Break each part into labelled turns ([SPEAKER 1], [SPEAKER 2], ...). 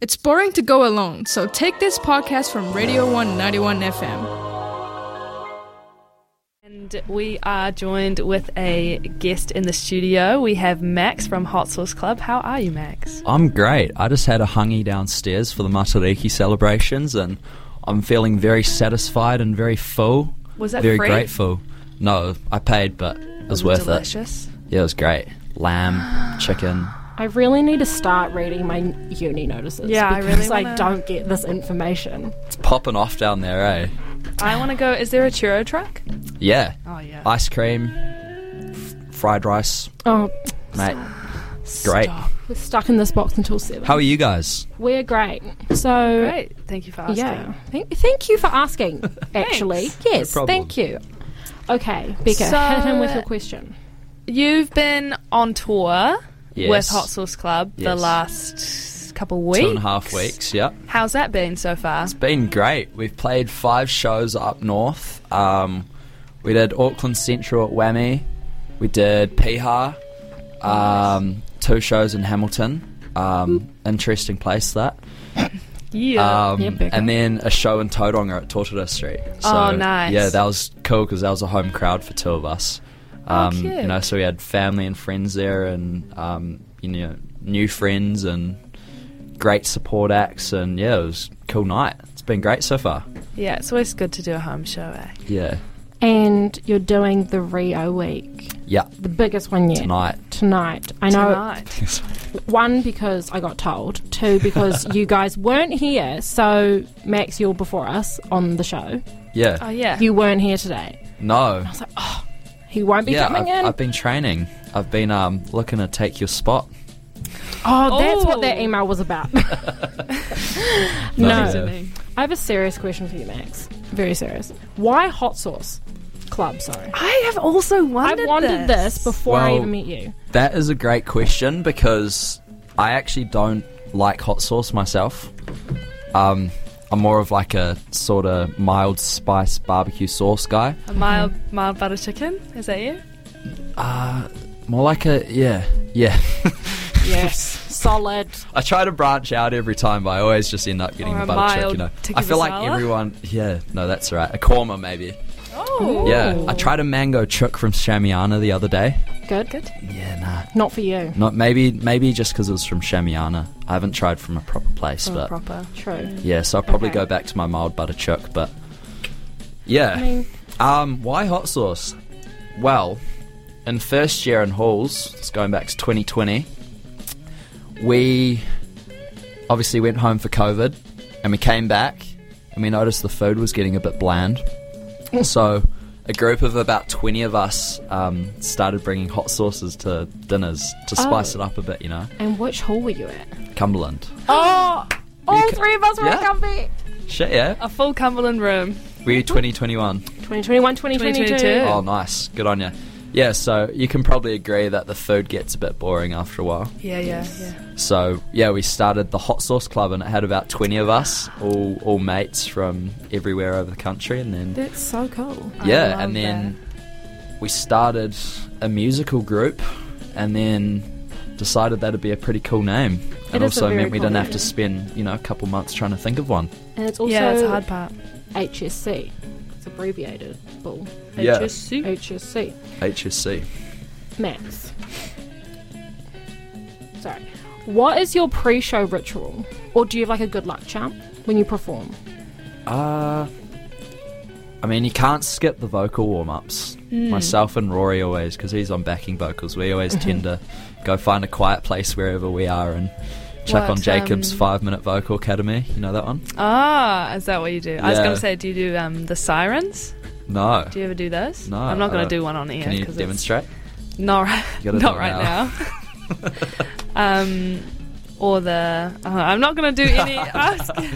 [SPEAKER 1] It's boring to go alone, so take this podcast from Radio 191 FM.
[SPEAKER 2] And we are joined with a guest in the studio. We have Max from Hot Sauce Club. How are you, Max?
[SPEAKER 3] I'm great. I just had a hungy downstairs for the Matariki celebrations, and I'm feeling very satisfied and very full.
[SPEAKER 2] Was that
[SPEAKER 3] very
[SPEAKER 2] free?
[SPEAKER 3] grateful? No, I paid, but it was,
[SPEAKER 2] Is
[SPEAKER 3] worth
[SPEAKER 2] delicious?
[SPEAKER 3] it. Yeah, it was great. Lamb, chicken.
[SPEAKER 4] I really need to start reading my uni notices.
[SPEAKER 2] Yeah, I
[SPEAKER 4] because
[SPEAKER 2] really
[SPEAKER 4] I
[SPEAKER 2] wanna-
[SPEAKER 4] don't get this information.
[SPEAKER 3] It's popping off down there, eh?
[SPEAKER 2] I want to go. Is there a churro truck?
[SPEAKER 3] Yeah.
[SPEAKER 2] Oh, yeah.
[SPEAKER 3] Ice cream, f- fried rice,
[SPEAKER 4] Oh,
[SPEAKER 3] mate. Great.
[SPEAKER 2] Stop.
[SPEAKER 4] we're stuck in this box until seven.
[SPEAKER 3] How are you guys?
[SPEAKER 4] we're great. So
[SPEAKER 2] Great. Thank you for asking.
[SPEAKER 4] yeah, thank, thank you for asking. Actually, yes,
[SPEAKER 3] problem.
[SPEAKER 4] thank you. Okay, Becca,
[SPEAKER 2] So-
[SPEAKER 4] hit him with your question.
[SPEAKER 2] You've been on tour with
[SPEAKER 3] Yes.
[SPEAKER 2] Hot Sauce Club the
[SPEAKER 3] Yes.
[SPEAKER 2] last couple weeks.
[SPEAKER 3] Two and a half weeks. Um, Yeah.
[SPEAKER 2] How's that been so far?
[SPEAKER 3] been great. We've played five shows up north. Um, we did Auckland Central at Whammy. We did Piha. Um, two shows in Hamilton. Um, interesting place that.
[SPEAKER 2] Yeah.
[SPEAKER 3] Um,
[SPEAKER 4] yeah, bigger.
[SPEAKER 3] and then a show in Tauranga at Tortola Street. So,
[SPEAKER 2] Oh, nice.
[SPEAKER 3] Yeah, that was cool because that was a home crowd for two of us. Um,
[SPEAKER 2] Oh, cute.
[SPEAKER 3] You know, so we had family and friends there, and um, you know, new friends and great support acts, and yeah, it was a cool night. It's been great so far.
[SPEAKER 2] yeah, it's always good to do a home show, eh?
[SPEAKER 3] Yeah,
[SPEAKER 4] And you're doing the Rio week,
[SPEAKER 3] yeah.
[SPEAKER 4] the biggest one yet.
[SPEAKER 3] Tonight,
[SPEAKER 4] Tonight. I know
[SPEAKER 2] Tonight.
[SPEAKER 4] one because I got told, two because you guys weren't here. So Max, you're before us on the show.
[SPEAKER 3] yeah.
[SPEAKER 2] Oh, yeah.
[SPEAKER 4] You weren't here today.
[SPEAKER 3] no,
[SPEAKER 4] I was like, oh, he won't be
[SPEAKER 3] yeah.
[SPEAKER 4] coming
[SPEAKER 3] I've,
[SPEAKER 4] in.
[SPEAKER 3] I've been training. I've been um, looking to take your spot.
[SPEAKER 4] oh, that's
[SPEAKER 2] Oh.
[SPEAKER 4] what that email was about. no.
[SPEAKER 3] Yeah.
[SPEAKER 4] I have a serious question for you, Max. Very serious. Why hot sauce? Club, sorry.
[SPEAKER 2] I have also wondered
[SPEAKER 4] I wanted this, before I
[SPEAKER 3] Well-
[SPEAKER 4] even met you.
[SPEAKER 3] That is a great question because I actually don't like hot sauce myself. Um, I'm more of like a sort of mild spice barbecue sauce guy.
[SPEAKER 2] A mild, mild butter chicken? Is that you?
[SPEAKER 3] More like a yeah, yeah.
[SPEAKER 4] Yes. Solid.
[SPEAKER 3] I try to branch out every time, but I always just end up getting
[SPEAKER 2] Or a
[SPEAKER 3] the butter
[SPEAKER 2] mild
[SPEAKER 3] chicken. You know,
[SPEAKER 2] tikka
[SPEAKER 3] I feel like
[SPEAKER 2] masala?
[SPEAKER 3] everyone. Yeah, no, that's all right. A korma maybe.
[SPEAKER 2] Oh.
[SPEAKER 3] Yeah, I tried a mango chook from Shamiana the other day.
[SPEAKER 4] Good. Good.
[SPEAKER 3] Yeah, nah.
[SPEAKER 4] Not for you.
[SPEAKER 3] Not maybe maybe just because it was from Shamiana. I haven't tried from a proper place, but
[SPEAKER 2] Proper.
[SPEAKER 4] True.
[SPEAKER 3] Yeah, so I'll probably
[SPEAKER 4] Okay.
[SPEAKER 3] go back to my mild butter chuck, but yeah.
[SPEAKER 4] I mean,
[SPEAKER 3] um, why hot sauce? Well, in first year in halls, it's going back to 2020, we obviously went home for COVID and we came back and we noticed the food was getting a bit bland. so a group of about 20 of us um, started bringing hot sauces to dinners to spice
[SPEAKER 4] Oh.
[SPEAKER 3] it up a bit, you know?
[SPEAKER 4] and which hall were you at?
[SPEAKER 3] Cumberland.
[SPEAKER 4] Oh, all
[SPEAKER 3] ca-
[SPEAKER 4] three of us were
[SPEAKER 3] Yeah.
[SPEAKER 4] at Comfy.
[SPEAKER 3] Shit, yeah.
[SPEAKER 2] A full Cumberland room.
[SPEAKER 3] We're 2021.
[SPEAKER 4] 2021, 2022.
[SPEAKER 2] 2022.
[SPEAKER 3] Oh, nice. Good on you. Yeah, so you can probably agree that the food gets a bit boring after a while.
[SPEAKER 2] Yeah, yeah, yeah.
[SPEAKER 3] So yeah, we started the Hot Sauce Club, and it had about twenty of us, all all mates from everywhere over the country, and then
[SPEAKER 4] That's so cool.
[SPEAKER 3] yeah,
[SPEAKER 2] love
[SPEAKER 3] and then we started a musical group, and then decided that'd be a pretty cool name.
[SPEAKER 4] It
[SPEAKER 3] It
[SPEAKER 4] is a
[SPEAKER 3] also
[SPEAKER 4] very
[SPEAKER 3] meant we
[SPEAKER 4] cool
[SPEAKER 3] didn't have
[SPEAKER 4] name.
[SPEAKER 3] to spend you know a couple months trying to think of one.
[SPEAKER 4] And it's also
[SPEAKER 2] yeah, that's the hard part.
[SPEAKER 4] HSC. It's abbreviated. Bull.
[SPEAKER 3] Yeah.
[SPEAKER 2] HSC.
[SPEAKER 4] HSC.
[SPEAKER 3] HSC.
[SPEAKER 4] Max. Sorry. What is your pre-show ritual, or do you have like a good luck charm when you perform?
[SPEAKER 3] Uh, I mean, you can't skip the vocal warm ups.
[SPEAKER 2] Hmm.
[SPEAKER 3] Myself and Rory always, because he's on backing vocals, we always
[SPEAKER 2] Mm-hmm.
[SPEAKER 3] tend to go find a quiet place wherever we are and chuck
[SPEAKER 2] What,
[SPEAKER 3] on Jacob's
[SPEAKER 2] um,
[SPEAKER 3] five minute vocal academy. You know that one?
[SPEAKER 2] Ah, is that what you do? I was
[SPEAKER 3] Yeah.
[SPEAKER 2] going to say, do you do um, the sirens?
[SPEAKER 3] No.
[SPEAKER 2] Do you ever do those?
[SPEAKER 3] No,
[SPEAKER 2] I'm not
[SPEAKER 3] I
[SPEAKER 2] going
[SPEAKER 3] don't.
[SPEAKER 2] to do one on air.
[SPEAKER 3] Can you
[SPEAKER 2] 'cause
[SPEAKER 3] demonstrate?
[SPEAKER 2] It's not right,
[SPEAKER 3] gotta
[SPEAKER 2] not
[SPEAKER 3] do it
[SPEAKER 2] right now.
[SPEAKER 3] now.
[SPEAKER 2] um, or the. oh, I'm not going to do any. I, was gonna-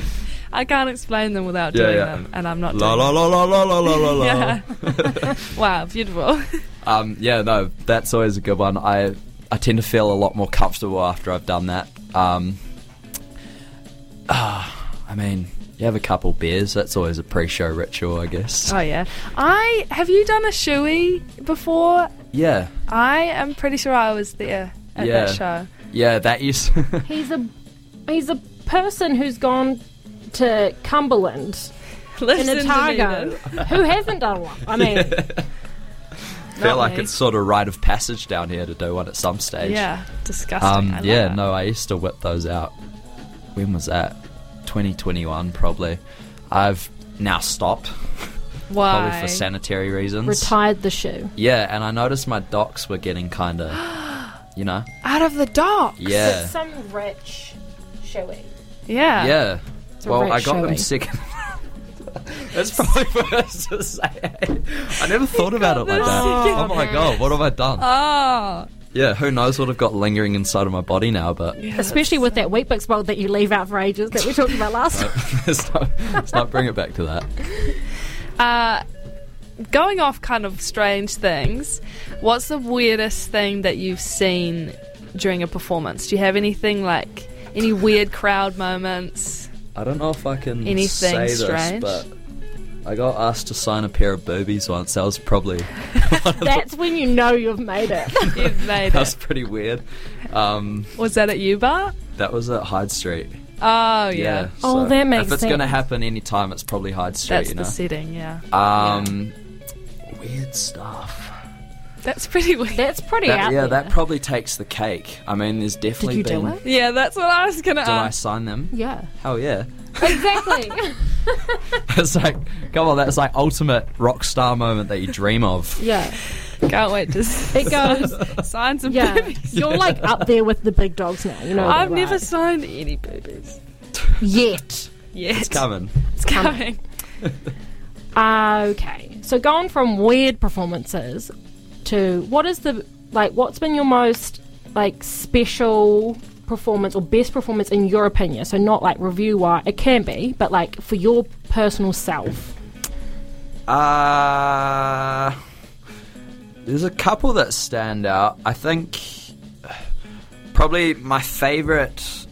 [SPEAKER 2] I can't explain them without
[SPEAKER 3] Yeah,
[SPEAKER 2] doing
[SPEAKER 3] yeah.
[SPEAKER 2] them, and I'm not
[SPEAKER 3] La
[SPEAKER 2] doing
[SPEAKER 3] la la la la la la la la.
[SPEAKER 2] Yeah. Wow, beautiful.
[SPEAKER 3] Um, yeah, no, that's always a good one. I I tend to feel a lot more comfortable after I've done that. Um, ah, I mean, you have a couple beers. That's always a pre-show ritual, I guess.
[SPEAKER 2] Oh yeah. I have you done a shoey before?
[SPEAKER 3] yeah,
[SPEAKER 2] I am pretty sure I was there at
[SPEAKER 3] Yeah.
[SPEAKER 2] that show.
[SPEAKER 3] yeah, that used.
[SPEAKER 4] He's a he's a person who's gone to Cumberland in
[SPEAKER 2] Listen to me,
[SPEAKER 4] Otago
[SPEAKER 2] though.
[SPEAKER 4] who hasn't done one. I mean,
[SPEAKER 3] Feel
[SPEAKER 2] Not
[SPEAKER 3] like
[SPEAKER 2] me.
[SPEAKER 3] it's sort of rite of passage down here to do one at some stage.
[SPEAKER 2] Yeah, disgusting. I
[SPEAKER 3] Um,
[SPEAKER 2] love
[SPEAKER 3] yeah,
[SPEAKER 2] it.
[SPEAKER 3] no, I used to whip those out. When was that? 2021, probably. I've now stopped,
[SPEAKER 2] Why?
[SPEAKER 3] probably for sanitary reasons.
[SPEAKER 4] retired the shoe.
[SPEAKER 3] yeah, and I noticed my docs were getting kind of, you know,
[SPEAKER 2] Out of the dock.
[SPEAKER 3] yeah,
[SPEAKER 4] Some rich shoey.
[SPEAKER 2] Yeah.
[SPEAKER 3] yeah.
[SPEAKER 4] It's a
[SPEAKER 3] Well,
[SPEAKER 4] rich
[SPEAKER 3] I got
[SPEAKER 4] shoey.
[SPEAKER 3] them second. That's probably worse to say. I never thought about it like
[SPEAKER 2] them
[SPEAKER 3] that.
[SPEAKER 2] second.
[SPEAKER 3] Oh my god, what have I done?
[SPEAKER 2] Oh.
[SPEAKER 3] yeah, who knows what I've got lingering inside of my body now, but
[SPEAKER 4] Especially with that Weet-Bix bowl that you leave out for ages that we talked about last time.
[SPEAKER 3] let's, not, let's not bring it back to that.
[SPEAKER 2] Uh, going off kind of strange things, what's the weirdest thing that you've seen during a performance? Do you have anything like any weird crowd moments?
[SPEAKER 3] I don't know if I can
[SPEAKER 2] Anything
[SPEAKER 3] say this,
[SPEAKER 2] strange?
[SPEAKER 3] but I got asked to sign a pair of boobies once. That was probably
[SPEAKER 4] That's when you know you've made it.
[SPEAKER 2] You've made
[SPEAKER 3] that was
[SPEAKER 2] it.
[SPEAKER 3] pretty weird. Um,
[SPEAKER 2] Was that at Ubar?
[SPEAKER 3] that was at Hyde Street.
[SPEAKER 2] Oh yeah,
[SPEAKER 3] Yeah.
[SPEAKER 4] Oh, that makes
[SPEAKER 3] If it's gonna
[SPEAKER 4] sense.
[SPEAKER 3] happen anytime, it's probably Hyde Street.
[SPEAKER 2] that's
[SPEAKER 3] you
[SPEAKER 2] the
[SPEAKER 3] know.
[SPEAKER 2] setting. Yeah,
[SPEAKER 3] um, weird stuff.
[SPEAKER 2] that's pretty weird.
[SPEAKER 4] That's pretty
[SPEAKER 3] That-
[SPEAKER 4] out
[SPEAKER 3] yeah,
[SPEAKER 4] there.
[SPEAKER 3] that probably takes the cake. I mean, there's definitely
[SPEAKER 4] you do
[SPEAKER 3] been.
[SPEAKER 4] it?
[SPEAKER 2] yeah, that's what I was gonna
[SPEAKER 3] Did I
[SPEAKER 2] ask.
[SPEAKER 3] sign them?
[SPEAKER 4] yeah,
[SPEAKER 3] Hell yeah!
[SPEAKER 4] exactly.
[SPEAKER 3] it's like, come on, that's like ultimate rock star moment that you dream of.
[SPEAKER 4] yeah,
[SPEAKER 2] Can't wait to s-
[SPEAKER 4] it goes.
[SPEAKER 2] sign some
[SPEAKER 4] Yeah,
[SPEAKER 2] boobies.
[SPEAKER 4] you're like up there with the big dogs now. You know,
[SPEAKER 2] I've
[SPEAKER 4] that,
[SPEAKER 2] never
[SPEAKER 4] right?
[SPEAKER 2] signed any boobies
[SPEAKER 4] yet. Um,
[SPEAKER 2] yet.
[SPEAKER 3] It's coming.
[SPEAKER 2] It's coming.
[SPEAKER 4] Okay, so going from weird performances to what is the like? What's been your most like special performance or best performance in your opinion? So not like review wise, it can be, but like for your personal self.
[SPEAKER 3] Uh, there's a couple that stand out. I think probably my favourite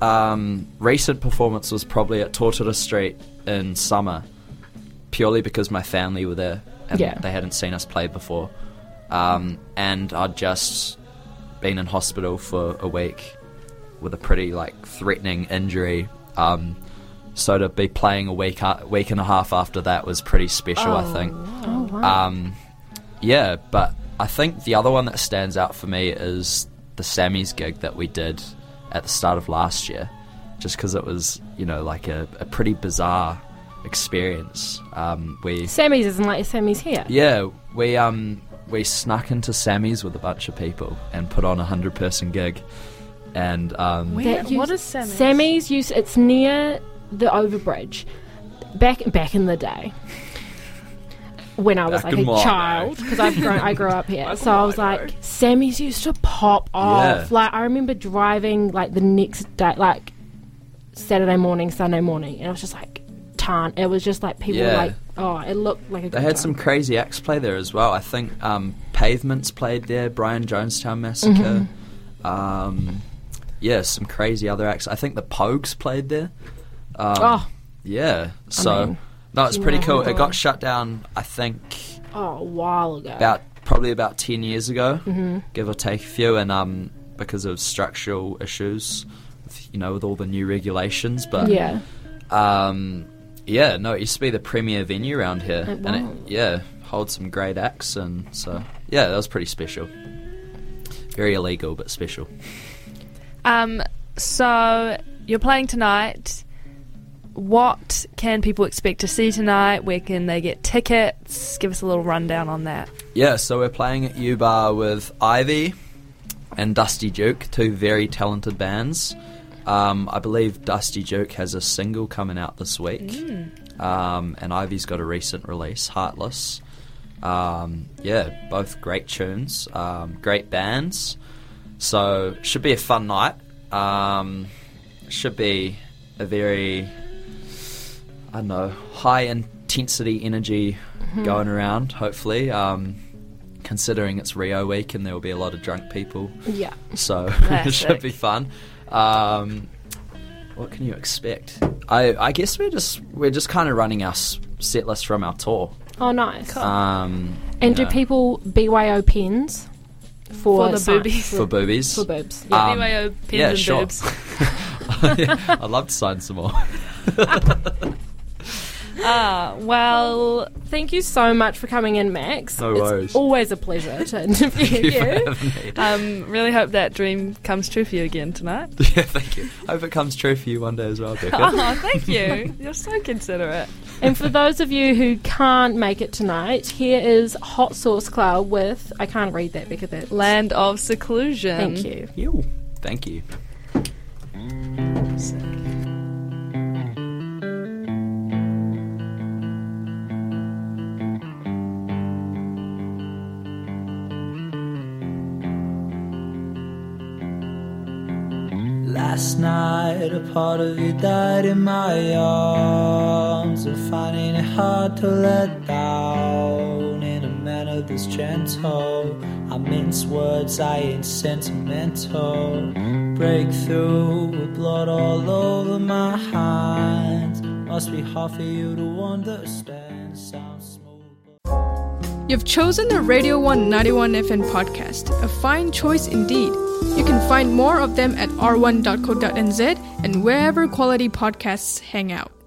[SPEAKER 3] um, recent performance was probably at Tortola Street in summer, purely because my family were there and
[SPEAKER 4] Yeah.
[SPEAKER 3] they hadn't seen us play before. Um, and I'd just been in hospital for a week with a pretty like threatening injury. Um, so to be playing a week, a- week and a half after that was pretty special, I think.
[SPEAKER 4] Oh wow!
[SPEAKER 3] Um, yeah, but I think the other one that stands out for me is the Sammy's gig that we did at the start of last year, just because it was, you know, like a, a pretty bizarre experience. Um, we,
[SPEAKER 4] Sammy's isn't like Sammy's here.
[SPEAKER 3] yeah, we, um, we snuck into Sammy's with a bunch of people and put on a hundred person gig. And um,
[SPEAKER 2] Where-
[SPEAKER 4] That
[SPEAKER 2] what
[SPEAKER 4] used-
[SPEAKER 2] is Sammy's?
[SPEAKER 4] Sammy's used it's near the overbridge. Back back in the day. When I was
[SPEAKER 3] Back
[SPEAKER 4] like a
[SPEAKER 3] in my
[SPEAKER 4] child, because I've grown, I grew up here, so I was like, Sammy's used to pop off.
[SPEAKER 3] Yeah.
[SPEAKER 4] Like I remember driving like the next day, like Saturday morning, Sunday morning, and I was just like, "Tarn!" It was just like people were
[SPEAKER 3] Yeah.
[SPEAKER 4] like, "Oh, it looked like a."
[SPEAKER 3] They had some crazy acts play there as well. I think um, Pavements played there, Brian Jonestown Massacre. Um, yeah, some crazy other acts. I think the Pogues played there. Um,
[SPEAKER 4] Oh,
[SPEAKER 3] Yeah, so
[SPEAKER 4] mean,
[SPEAKER 3] no, it's pretty
[SPEAKER 4] yeah.
[SPEAKER 3] cool. It got shut down, I think,
[SPEAKER 4] oh, a while ago.
[SPEAKER 3] about probably about ten years ago,
[SPEAKER 4] Mm-hmm.
[SPEAKER 3] give or take a few, and um, because of structural issues, with, you know, with all the new regulations. But
[SPEAKER 4] yeah,
[SPEAKER 3] um, yeah, no, it used to be the premier venue around here, and
[SPEAKER 4] It was.
[SPEAKER 3] it yeah holds some great acts, and so yeah, that was pretty special. Very illegal, but special.
[SPEAKER 2] Um, so you're playing tonight. What can people expect to see tonight? Where can they get tickets? Give us a little rundown on that.
[SPEAKER 3] Yeah, so we're playing at U Bar with Ivy and Dusty Duke, two very talented bands. Um, I believe Dusty Duke has a single coming out this week, um, and Ivy's got a recent release, Heartless. Um, yeah, both great tunes, um, great bands. So should be a fun night. Um, should be a very I don't know high intensity energy going around. Hopefully, um, considering it's Rio week and there will be a lot of drunk people,
[SPEAKER 4] yeah.
[SPEAKER 3] so it
[SPEAKER 2] Classic.
[SPEAKER 3] should be fun. Um, what can you expect? I, I guess we're just we're just kind of running our s- set list from our tour.
[SPEAKER 4] Oh, nice.
[SPEAKER 3] Um,
[SPEAKER 4] And
[SPEAKER 3] you
[SPEAKER 4] do
[SPEAKER 3] know,
[SPEAKER 4] people BYO pins for,
[SPEAKER 2] For the
[SPEAKER 4] science-
[SPEAKER 2] boobies.
[SPEAKER 3] for boobies?
[SPEAKER 4] For boobs. Yeah.
[SPEAKER 3] Um,
[SPEAKER 2] BYO uh, pins
[SPEAKER 3] yeah,
[SPEAKER 2] and
[SPEAKER 3] sure.
[SPEAKER 2] boobs.
[SPEAKER 3] I'd love to sign some more.
[SPEAKER 2] Ah, well,
[SPEAKER 4] Thank you so much for coming in, Max.
[SPEAKER 3] No
[SPEAKER 4] it's
[SPEAKER 3] worries.
[SPEAKER 4] always a pleasure to interview you.
[SPEAKER 2] um, really hope that dream comes true for you again tonight.
[SPEAKER 3] yeah, thank you. Hope it comes true for you one day as well, Becca.
[SPEAKER 2] Oh, thank you. You're so considerate.
[SPEAKER 4] and for those of you who can't make it tonight, here is Hot Sauce Cloud with I can't read that because that
[SPEAKER 2] Land of seclusion.
[SPEAKER 4] Thank you.
[SPEAKER 3] you. Thank you.
[SPEAKER 5] Last night, a part of you died in my arms. I'm finding it hard to let down in a manner that's gentle. I mince words, I ain't sentimental. Breakthrough with blood all over my hands. Must be hard for you to understand. Sounds smooth. but-
[SPEAKER 1] You've chosen the Radio 191 FM podcast, a fine choice indeed. You can find more of them at r1.co.nz and wherever quality podcasts hang out.